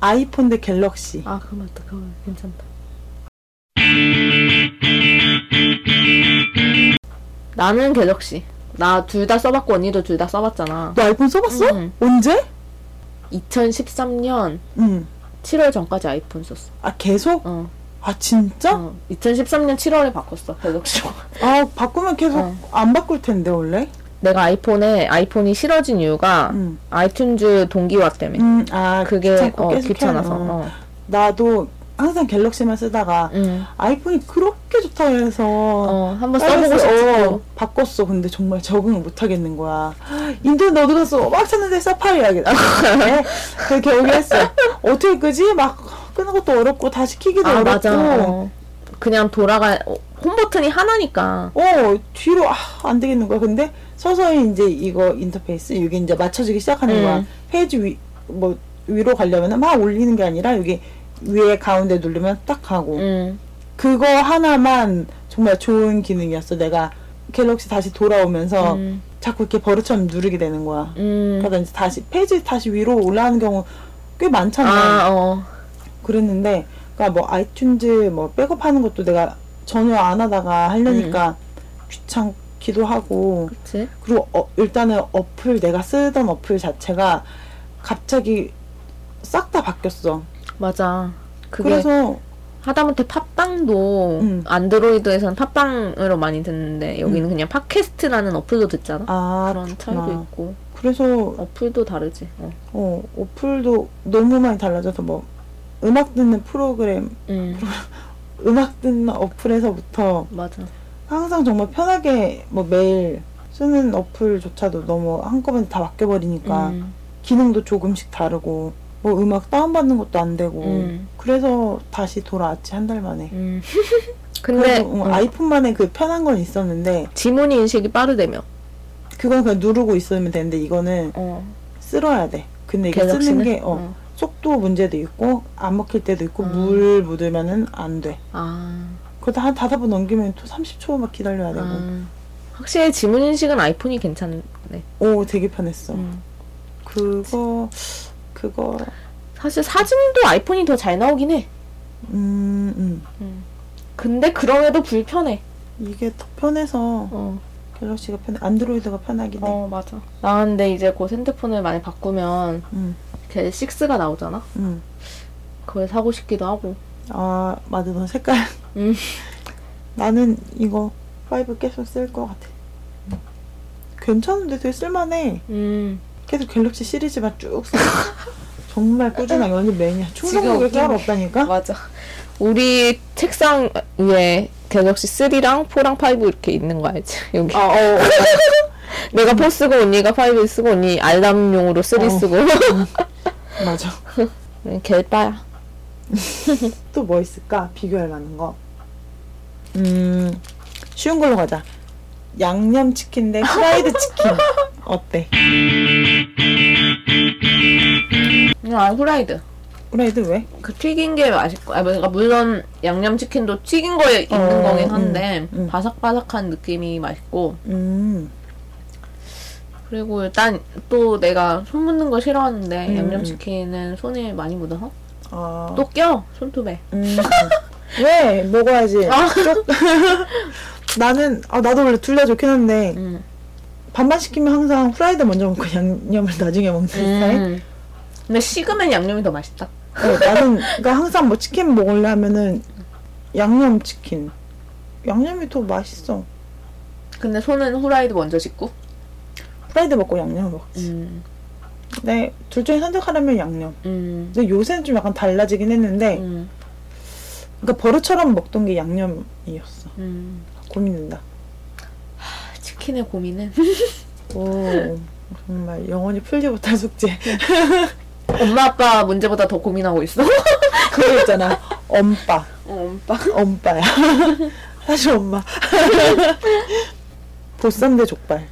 아이폰 대 갤럭시 아 그러면 또 그거 괜찮다. 나는 갤럭시. 나 둘 다 써봤고 언니도 둘 다 써봤잖아. 너 아이폰 써봤어? 음. 언제? 2013년 응. 7월 전까지 아이폰 썼어. 아 계속? 어. 아 진짜? 어. 2013년 7월에 바꿨어. 갤럭시. 아 바꾸면 계속 어. 안 바꿀 텐데 원래. *laughs* 내가 아이폰에 아이폰이 싫어진 이유가 응. 아이튠즈 동기화 때문에. 음. 아 음. 그게 귀찮고 어, 계속 귀찮아서. 해야 돼. 어. 나도 항상 갤럭시만 쓰다가 음. 아이폰이 그렇게 좋다 해서 어, 한번 빨리 써보고 쓰- 싶어. 어, 바꿨어. 근데 정말 적응을 못 하겠는 거야. 인터넷 어디 갔어? 막 찾는데 사파리 해야겠다. 네. 그래서 결국 했어. 어떻게 끄지? 막 끄는 것도 어렵고 다시 키기도 아 어렵고. 맞아. 어. 그냥 돌아가 어, 홈 버튼이 하나니까. 어 뒤로 아, 안 되겠는 거야. 근데 서서히 이제 이거 인터페이스 이게 이제 맞춰지기 시작하는 음. 거야. 페이지 위 뭐 위로 가려면 막 올리는 게 아니라 여기 위에 가운데 누르면 딱 가고 음. 그거 하나만 정말 좋은 기능이었어. 내가 갤럭시 다시 돌아오면서 음. 자꾸 이렇게 버릇처럼 누르게 되는 거야. 음. 그러다 이제 다시 페이지 다시 위로 올라가는 경우 꽤 많잖아. 아 어. 그랬는데 그러니까 뭐 아이튠즈 뭐 백업하는 것도 내가 전혀 안 하다가 하려니까 음. 귀찮기도 하고 그치? 그리고 어, 일단은 어플 내가 쓰던 어플 자체가 갑자기 싹 다 바뀌었어. 맞아. 그게 그래서 하다못해 팟빵도 음. 안드로이드에서는 팟빵으로 많이 듣는데 여기는 그냥 팟캐스트라는 어플도 음. 듣잖아. 아 그런 차이도 그렇구나. 있고 그래서 어플도 다르지. 어. 어, 어플도 너무 많이 달라져서 뭐 음악 듣는 프로그램, 음 음악 듣는 어플에서부터 맞아. 항상 정말 편하게 뭐 매일 쓰는 어플조차도 너무 한꺼번에 다 바뀌어버리니까 음, 기능도 조금씩 다르고 뭐 음악 다운받는 것도 안 되고 음. 그래서 다시 돌아왔지 한 달 만에 *laughs* 음. 그래도 근데 어, 음, 아이폰만의 그 편한 건 있었는데 지문이 인식이 빠르대며. 그건 그냥 누르고 있으면 되는데 이거는 어. 쓸어야 돼 근데 이게 쓰는 갤럭시는? 게 어, 어. 속도 문제도 있고 안 먹힐 때도 있고 음. 물 묻으면은 안 돼. 아. 그러다 한 다섯 번 넘기면 또 30초 막 기다려야 되고. 아. 확실히 지문 인식은 아이폰이 괜찮네. 오, 되게 편했어. 음. 그거 그거 사실 사진도 아이폰이 더 잘 나오긴 해. 음, 음. 근데 그럼에도 불편해. 이게 더 편해서 어. 갤럭시가 편 안드로이드가 편하긴 해. 어 맞아. 나 근데 이제 곧 핸드폰을 많이 바꾸면 음, 걔 6가 나오잖아. 음. 그걸 사고 싶기도 하고. 아 맞아, 너 색깔. 음. *laughs* 나는 이거 5 계속 쓸 것 같아. 괜찮은데 되게 쓸만해. 음. 계속 갤럭시 시리즈만 쭉 *laughs* 써. 정말 꾸준하게 완전 매니아. 충성력이 지금 따로 없다니까. *laughs* 맞아. 우리 책상 위에 갤럭시 3랑 4랑 5 이렇게 있는 거 알지? 여기. 아, 어, 어. 내가 4 쓰고 언니가 5 쓰고 언니 알람용으로 3 어. *laughs* 쓰고. 음, 맞아. 갤빠야. 또 뭐 있을까? 비교할 만한 거. 음, 쉬운 걸로 가자. 양념 치킨 대 프라이드 치킨. *laughs* 어때? 아 후라이드. 프라이드 왜? 그 튀긴 게 맛있고, 아, 그러니까 물론 양념치킨도 튀긴 거에 있는 어, 거긴 한데 음, 음. 바삭바삭한 느낌이 맛있고 음, 그리고 일단 또 내가 손 묻는 거 싫어하는데 음, 양념치킨은 손에 많이 묻어서 아, 또 껴! 손톱에. 음. 왜? 먹어야지. 아. 쪽- 나는, 아, 나도 원래 둘 다 좋긴 한데, 음. 반반 시키면 항상 프라이드 먼저 먹고 양념을 나중에 먹는 스타일? 음. 근데 식으면 양념이 더 맛있다. 어, 나는 그러니까 항상 뭐 치킨 먹으려면은 양념 치킨. 양념이 더 맛있어. 근데 손은 후라이드 먼저 씻고. 프라이드 먹고 양념 먹지. 음. 근데 둘 중에 선택하려면 양념. 음. 근데 요새는 좀 약간 달라지긴 했는데, 음. 그러니까 버릇처럼 먹던 게 양념이었어. 음. 고민된다. 치킨의 고민은 오, 정말 영원히 풀지 못할 숙제. 엄마 아빠 문제보다 더 고민하고 있어. *laughs* 그거 있잖아. 엄빠, 어, 엄빠. 엄빠야. *laughs* 사실 *laughs* 엄마. 보쌈 대 족발.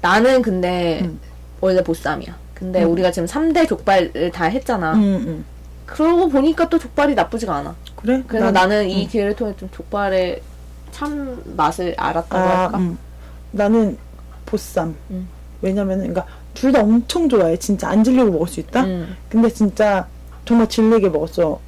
나는 근데 음. 원래 보쌈이야. 근데 음. 우리가 지금 3대 족발을 다 했잖아. 응, 응. 그러고 보니까 또 족발이 나쁘지가 않아. 그래? 그래서 난- 나는 이 음. 기회를 통해 좀 족발의 참 맛을 알았다고 아, 할까? 음. 나는 보쌈. 음. 왜냐면, 그러니까 둘 다 엄청 좋아해. 진짜 안 질리고 먹을 수 있다. 음. 근데 진짜 정말 질리게 먹었어.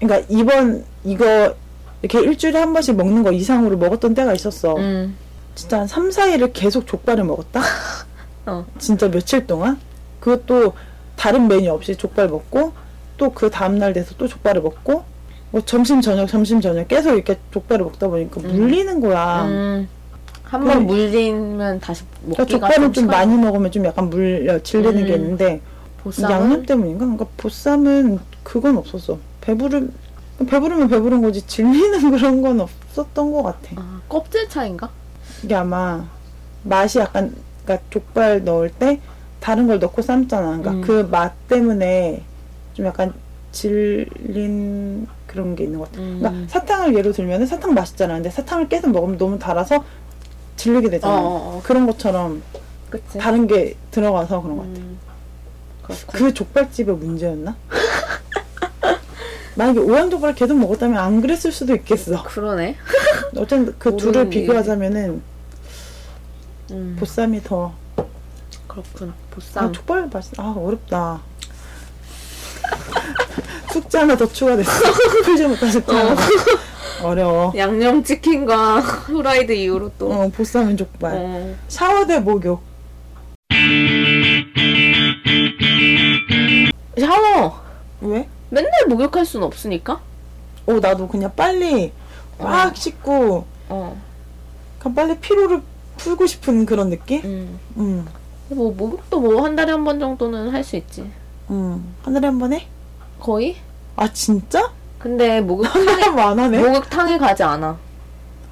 그러니까 이번 이거 이렇게 일주일에 한 번씩 먹는 거 이상으로 먹었던 때가 있었어. 음. 진짜 한 3, 4일을 계속 족발을 먹었다? *laughs* 어. 진짜 며칠 동안? 그것도 다른 메뉴 없이 족발 먹고 또 그 다음날 돼서 또 족발을 먹고 뭐 점심 저녁 점심 저녁 계속 이렇게 족발을 먹다 보니까 음. 물리는 거야. 음. 한번 음. 물리면 다시 그러니까 먹기가 족발은 좀 시간이 많이 먹으면 좀 약간 물려 어, 질리는 음. 게 있는데 그 양념 보쌈은 때문인가? 그러니까 보쌈은 그건 없었어. 배부름 배부르면 배부른 거지 질리는 *laughs* 그런 건 없었던 것 같아. 아, 껍질 차인가? 이게 아마 맛이 약간 그러니까 족발 넣을 때 다른 걸 넣고 삶잖아. 그러니까 음. 그 맛 때문에 좀 약간 질린 그런 게 있는 것 같아. 그러니까 음. 사탕을 예로 들면 사탕 맛있잖아. 근데 사탕을 계속 먹으면 너무 달아서 질리게 되잖아. 어, 어, 어. 그런 것처럼 그치? 다른 게 들어가서 그런 것 같아. 음. 그렇군. 그 족발집의 문제였나? *laughs* 만약에 오양 족발을 계속 먹었다면 안 그랬을 수도 있겠어. 그러네. 어쨌든 그 모르는 둘을 일. 비교하자면은 음. 보쌈이 더 그렇구나. 보쌈. 아, 족발 맛있. 아 어렵다. *laughs* 숙제 하나 더 추가됐어. *laughs* 풀지 못한 숙제 하나. *laughs* 어려워. 양념 치킨과 *laughs* 후라이드 이후로 또. 어, 보쌈은 족발. 어. 샤워대 목욕. 샤워. 왜? 맨날 목욕할 순 없으니까. 어 나도 그냥 빨리 막 씻고 어. 그냥 빨리 피로를 풀고 싶은 그런 느낌? 음. 음. 뭐 목욕도 뭐 한 달에 한 번 정도는 할 수 있지. 음. 하늘에 한 번 해? 거의? 아 진짜? 근데 목욕 하늘에 안 뭐? 하네? 목욕탕에 가지 않아.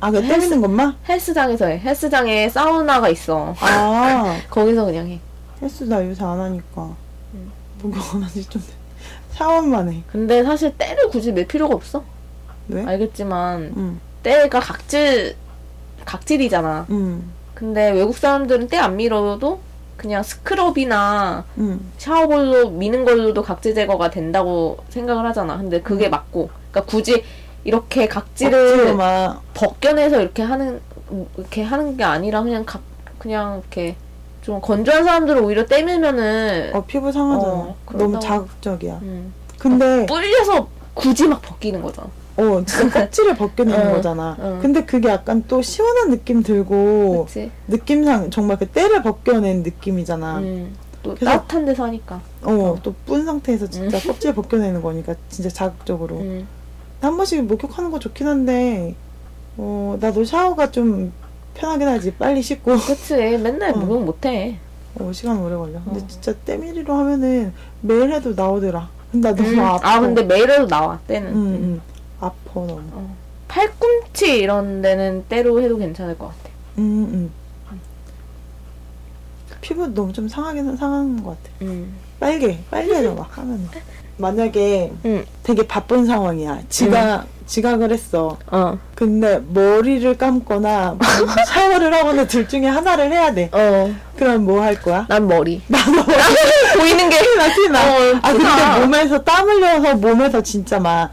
아그 때리는 것만? 헬스장에서 해. 헬스장에 사우나가 있어. 아 거기서 그냥 해. 헬스 나 요새 안 하니까 목욕 안 하지 좀 됐- 샤워만 해. 근데 사실 때를 굳이 맬 필요가 없어. 왜? 알겠지만 음. 때가 각질 각질이잖아. 음. 근데 외국 사람들은 때 안 밀어도 그냥 스크럽이나 음. 샤워볼로 미는 걸로도 각질 제거가 된다고 생각을 하잖아. 근데 그게 맞고, 그러니까 굳이 이렇게 어, 각질을 억지로만 벗겨내서 이렇게 하는 이렇게 하는 게 아니라 그냥 각 그냥 이렇게 좀 건조한 사람들은 오히려 때밀면은 어 피부 상하잖아. 네. 어, 너무 그런다고. 자극적이야. 음, 근데 불려서 굳이 막 벗기는 거잖아. 어 진짜 껍질을 *laughs* 벗겨내는 어, 거잖아. 어. 근데 그게 약간 또 시원한 느낌 들고 그렇지. 느낌상 정말 그 때를 벗겨낸 느낌이잖아. 음, 또 그래서- 따뜻한 데서 하니까. 어, 또 뿐 상태에서 진짜 껍질 벗겨내는 거니까 진짜 자극적으로. 음. 한 번씩 목욕하는 거 좋긴 한데, 어, 나도 샤워가 좀 편하긴 하지. 빨리 씻고. 그치. 맨날 어. 목욕 못해. 어, 시간 오래 걸려. 근데 어. 진짜 때밀이로 하면은 매일 해도 나오더라. 근데 나 너무 음. 음. 아파. 아 근데 매일해도 나와 때는. 음. 응, 응. 아파, 너무. 팔꿈치 이런 데는 때로 해도 괜찮을 것 같아. 응, 응. 음, 피부 너무 좀 상하긴 상한 것 같아. 음. 빨개, 빨개져 막 하면. 만약에 응. 되게 바쁜 상황이야. 지각, 지각을 했어. 어. 근데 머리를 감거나 뭐 *laughs* 샤워를 하거나 둘 중에 하나를 해야 돼. 어. 그럼 뭐 할 거야? 난 머리. *laughs* 나도 보이는 게. 티나 티나. 어, 네, 아 티나. 근데 몸에서 땀 흘려서 몸에서 진짜 막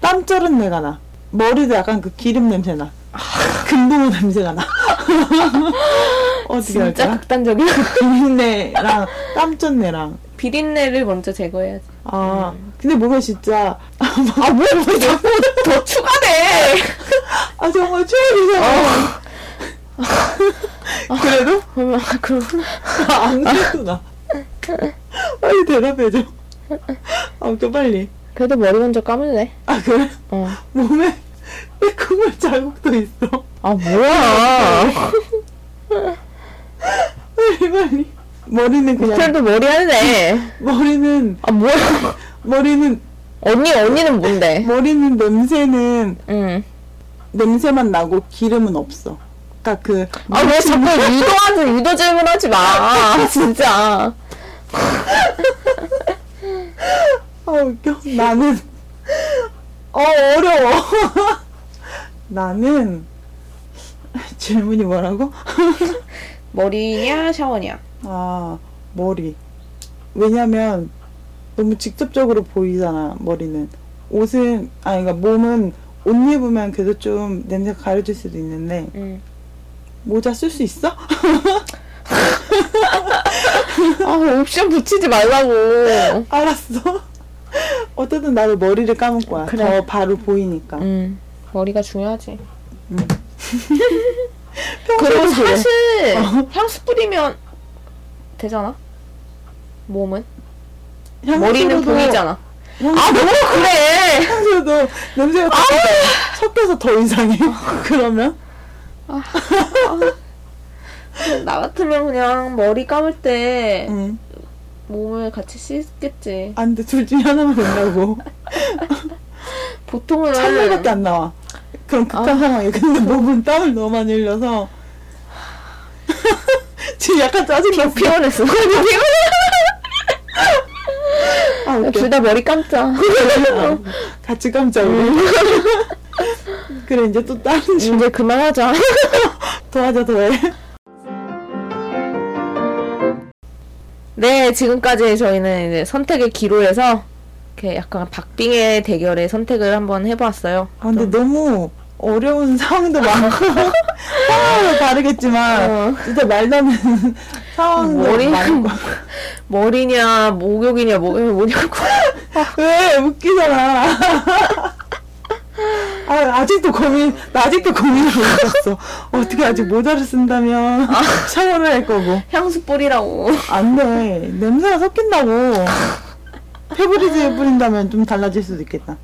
땀 쩔은 내가 나. 머리도 약간 그 기름 냄새 나. 금붕어 냄새가 나. *laughs* 어떻게 진짜 할까? 극단적이야. *laughs* 비린내랑 땀쩐내랑. 비린내를 먼저 제거해야지. 아 근데 몸에 진짜 아, 왜, *laughs* 왜 자꾸 더 어, 추가돼? 아 정말 추월이잖아. *laughs* 그래도? 그러면, 그럼. 아, 안 그래도 *laughs* 나. 빨리 대답해줘. 아또 빨리. 그래도 머리 먼저 감을래. 아 그래? 어. 몸에 빼꼼할 자국도 있어. 아, 뭐야. 빨리 빨리. 머리는 그냥 *laughs* 그래도 머리 할래. 머리는 아, 뭐야. 머리는 언니, 언니는 뭔데? 머리는 냄새는 응. 냄새만 나고 기름은 없어. 그러니까 그 아, 왜 자꾸 유도하는, 유도 질문하지 *laughs* 마. 진짜. 아, 웃겨. 나는 어 어려워. 나는 *laughs* 질문이 뭐라고? 머리냐, 샤워냐? 아 머리. 왜냐면 너무 직접적으로 보이잖아 머리는. 옷은 아니 그러니까 몸은 옷 입으면 그래도 좀 냄새가 가려질 수도 있는데 응. 모자 쓸 수 있어? *laughs* 아, 옵션 붙이지 말라고. 알았어. 어쨌든 나도 머리를 감을 거야. 그래. 더 바로 보이니까. 음, 머리가 중요하지. 그리고 평소에도 그래. 사실 향수 뿌리면 되잖아. 몸은 머리는 향수로도- 보이잖아. 향수- 아, 뭐 그래? 향수도 냄새가 아, 더 섞여서 더 이상해. *laughs* 그러면 나 같으면 그냥 머리 감을 때 응. 몸을 같이 씻겠지. 안 돼. 둘 중에 하나만 된다고. 보통은 찬물밖에 안 나와. 그런 극한 상황이야. 근데 몸은 땀을 너무 많이 흘려서 *laughs* 지금 약간 짜증났어. *laughs* 피곤했어. 아, 웃겨. 둘 다 머리 감자. 아, 같이 깜짝 놀래. 그래 이제 또 다른 질문 이제 그만하자. *laughs* 도와줘 더해. 네, 지금까지 저희는 이제 선택의 기로에서 이렇게 약간 박빙의 대결의 선택을 한번 해보았어요. 아 근데 너무 어려운 상황도 많고 상황은 다르겠지만 어. 진짜 말도 안 되는 상황도 머리- 음, 많고 머리냐 목욕이냐 뭐 *laughs* 뭐냐고 왜 웃기잖아. *laughs* 아, 아직도 고민, 나 아직도 고민을 못했어. 어떻게 아직 모자를 쓴다면 *laughs* 샤워를 할 거고. 향수 뿌리라고. 안 돼. 냄새가 섞인다고. 페브리즈 뿌린다면 좀 달라질 수도 있겠다.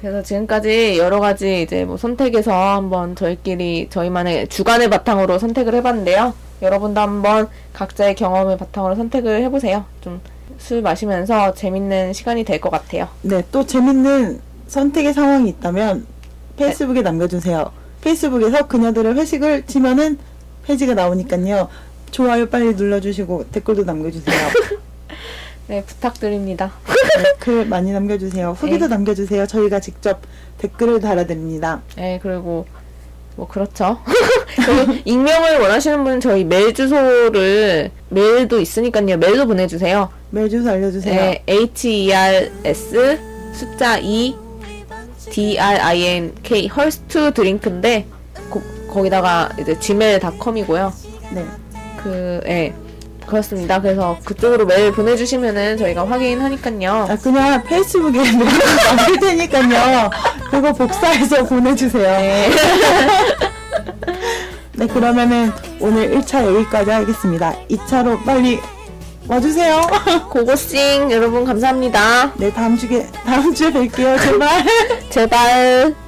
그래서 지금까지 여러 가지 이제 뭐 선택에서 한번 저희끼리 저희만의 주관을 바탕으로 선택을 해봤는데요. 여러분도 한번 각자의 경험을 바탕으로 선택을 해보세요. 좀 술 마시면서 재밌는 시간이 될 것 같아요. 네, 또 재밌는 선택의 상황이 있다면 페이스북에 남겨주세요. 페이스북에서 그녀들의 회식을 치면은 페이지가 나오니까요. 좋아요 빨리 눌러주시고 댓글도 남겨주세요. 네 부탁드립니다. 네, 글 많이 남겨주세요. 후기도 네. 남겨주세요. 저희가 직접 댓글을 달아드립니다. 네 그리고 뭐 그렇죠. *laughs* 저희 익명을 원하시는 분은 저희 메일 주소를 메일도 있으니까요. 메일로 보내주세요. 메일 주소 알려주세요. 네, HERS 숫자 2 D-R-I-N-K 헐스트 드링크인데 거, 거기다가 이제 gmail.com이고요. 네. 그, 예. 그렇습니다. 그래서 그쪽으로 메일 보내주시면은 저희가 확인하니까요. 아, 그냥 페이스북에 *laughs* 남길 테니까요. 그거 복사해서 보내주세요. 네. 그러면은 오늘 1차 여기까지 하겠습니다. 2차로 빨리 와주세요. 고고싱 여러분 감사합니다. 네, 다음 주에, 다음 주에 뵐게요. 제발. 제발.